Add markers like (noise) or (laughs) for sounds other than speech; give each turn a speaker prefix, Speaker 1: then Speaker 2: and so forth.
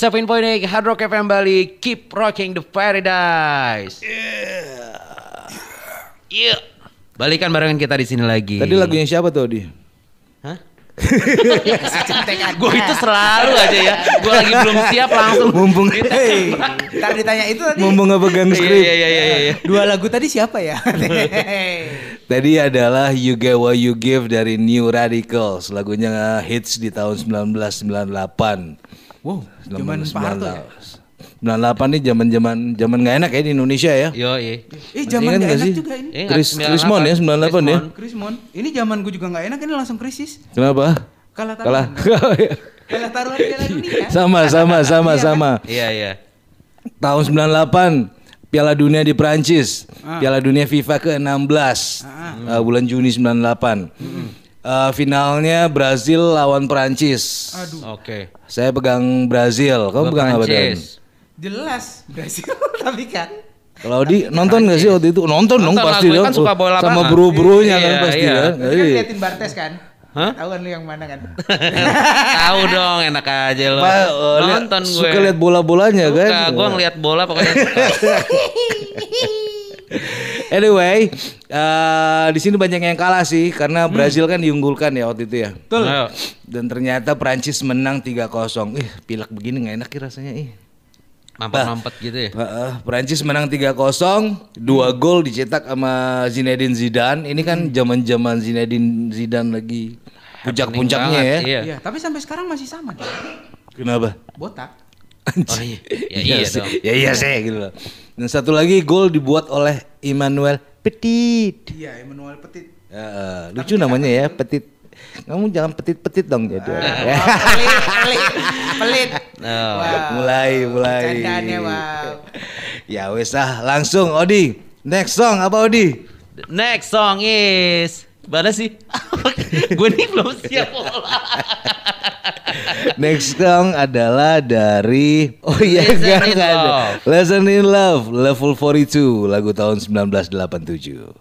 Speaker 1: X7.8 Hard Rock FM Bali Keep rocking the paradise Yeah Balikan barengan kita di sini lagi
Speaker 2: Tadi lagunya siapa tuh, Di?
Speaker 1: Hah? gue itu selalu aja ya Gue lagi belum siap langsung
Speaker 2: Mumpung
Speaker 1: (laughs)
Speaker 3: Hey, ntar ditanya itu tadi
Speaker 2: mumpung nggak pegang
Speaker 1: Iya
Speaker 2: skrip.
Speaker 1: iya iya iya iya.
Speaker 3: dua lagu tadi siapa (laughs) ya?
Speaker 2: Tadi adalah You Get What You Give dari New Radicals. Lagunya uh, hits di tahun 1998.
Speaker 3: wow, cuman Pak Harto ya?
Speaker 2: 1998 nih zaman-zaman zaman nggak enak ya di Indonesia ya.
Speaker 1: Yo iya
Speaker 3: Eh,
Speaker 2: Masih
Speaker 3: zaman
Speaker 2: ingat
Speaker 3: gak
Speaker 2: nggak
Speaker 3: enak
Speaker 2: sih?
Speaker 3: juga ini.
Speaker 1: Ingat,
Speaker 2: Chris, Krismon ya 98 ya.
Speaker 1: Krismon.
Speaker 3: Krismon, ini zaman gue juga gak enak, ini langsung krisis.
Speaker 2: Kenapa?
Speaker 3: Kalah
Speaker 2: Kalah. (laughs)
Speaker 3: taruhan. Kalah taruhan Piala Dunia.
Speaker 2: sama sama sama sama.
Speaker 1: Iya iya
Speaker 2: Tahun 98 Piala Dunia di Prancis, Piala Dunia FIFA ke-16 uh, bulan Juni 98. Uh, finalnya Brazil lawan Prancis.
Speaker 3: Aduh,
Speaker 1: Oke
Speaker 2: Saya pegang Brazil. Kamu
Speaker 1: Gua
Speaker 2: pegang apa Dan?
Speaker 1: Prancis.
Speaker 3: jelas Brazil (laughs) tapi kan.
Speaker 2: Kalau di nonton gak sih waktu itu? Nonton dong
Speaker 1: Nonton lah,
Speaker 2: pasti
Speaker 1: gue
Speaker 2: dong.
Speaker 1: kan suka bola
Speaker 2: Sama
Speaker 1: banget.
Speaker 2: bro-bronya
Speaker 1: Iya,
Speaker 2: kan pasti
Speaker 1: iya.
Speaker 2: kan.
Speaker 3: Tadi kan
Speaker 2: Iya.
Speaker 3: liatin Bartes kan.
Speaker 1: Hah?
Speaker 3: Tahuan lu yang mana kan?
Speaker 1: Tahu dong enak aja lo
Speaker 2: Pak, eh, liat-
Speaker 1: Nonton gue
Speaker 2: Suka lihat bola-bolanya
Speaker 1: Suka,
Speaker 2: kan.
Speaker 1: gue ngeliat bola pokoknya suka.
Speaker 2: Anyway, eh, di sini banyak yang kalah sih karena
Speaker 1: Hmm.
Speaker 2: Brazil kan diunggulkan ya waktu itu ya.
Speaker 3: Betul.
Speaker 1: Ayo.
Speaker 2: Dan ternyata Prancis menang 3-0. Ih, pilek begini nggak enak ya rasanya ih.
Speaker 1: Mampet-mampet gitu ya
Speaker 2: Heeh, Prancis menang 3-0, dua gol dicetak sama Zinedine Zidane. Ini kan
Speaker 1: Hmm.
Speaker 2: zaman-zaman Zinedine Zidane lagi puncak-puncaknya
Speaker 1: Banget,
Speaker 2: ya.
Speaker 1: Iya
Speaker 3: Iya, tapi sampai sekarang masih sama dia.
Speaker 2: Kenapa?
Speaker 3: Botak.
Speaker 1: Oh, iya. Ya, iya
Speaker 2: sih.
Speaker 1: dong.
Speaker 2: Ya iya sih gitu loh. Dan satu lagi gol dibuat oleh Emmanuel Petit.
Speaker 3: Iya, Emmanuel Petit.
Speaker 2: Heeh, lucu namanya ya, Petit. Kamu jangan petit-petit dong jadi. Ya.
Speaker 3: Wah,
Speaker 1: Ah.
Speaker 3: pelit, pelit, pelit.
Speaker 1: Oh.
Speaker 3: Wow.
Speaker 2: (laughs) mulai, mulai.
Speaker 3: Bercandaannya, wow.
Speaker 2: (laughs) Ya wes ah, langsung Odi. Next song apa Odi?
Speaker 1: The Next song is Mana sih? (laughs) gue nih belum siap bola.
Speaker 2: Next song adalah dari Oh iya
Speaker 1: Listen
Speaker 2: enggak
Speaker 1: in
Speaker 2: enggak ada.
Speaker 1: Love.
Speaker 2: Lesson in Love Level 42 lagu tahun 1987.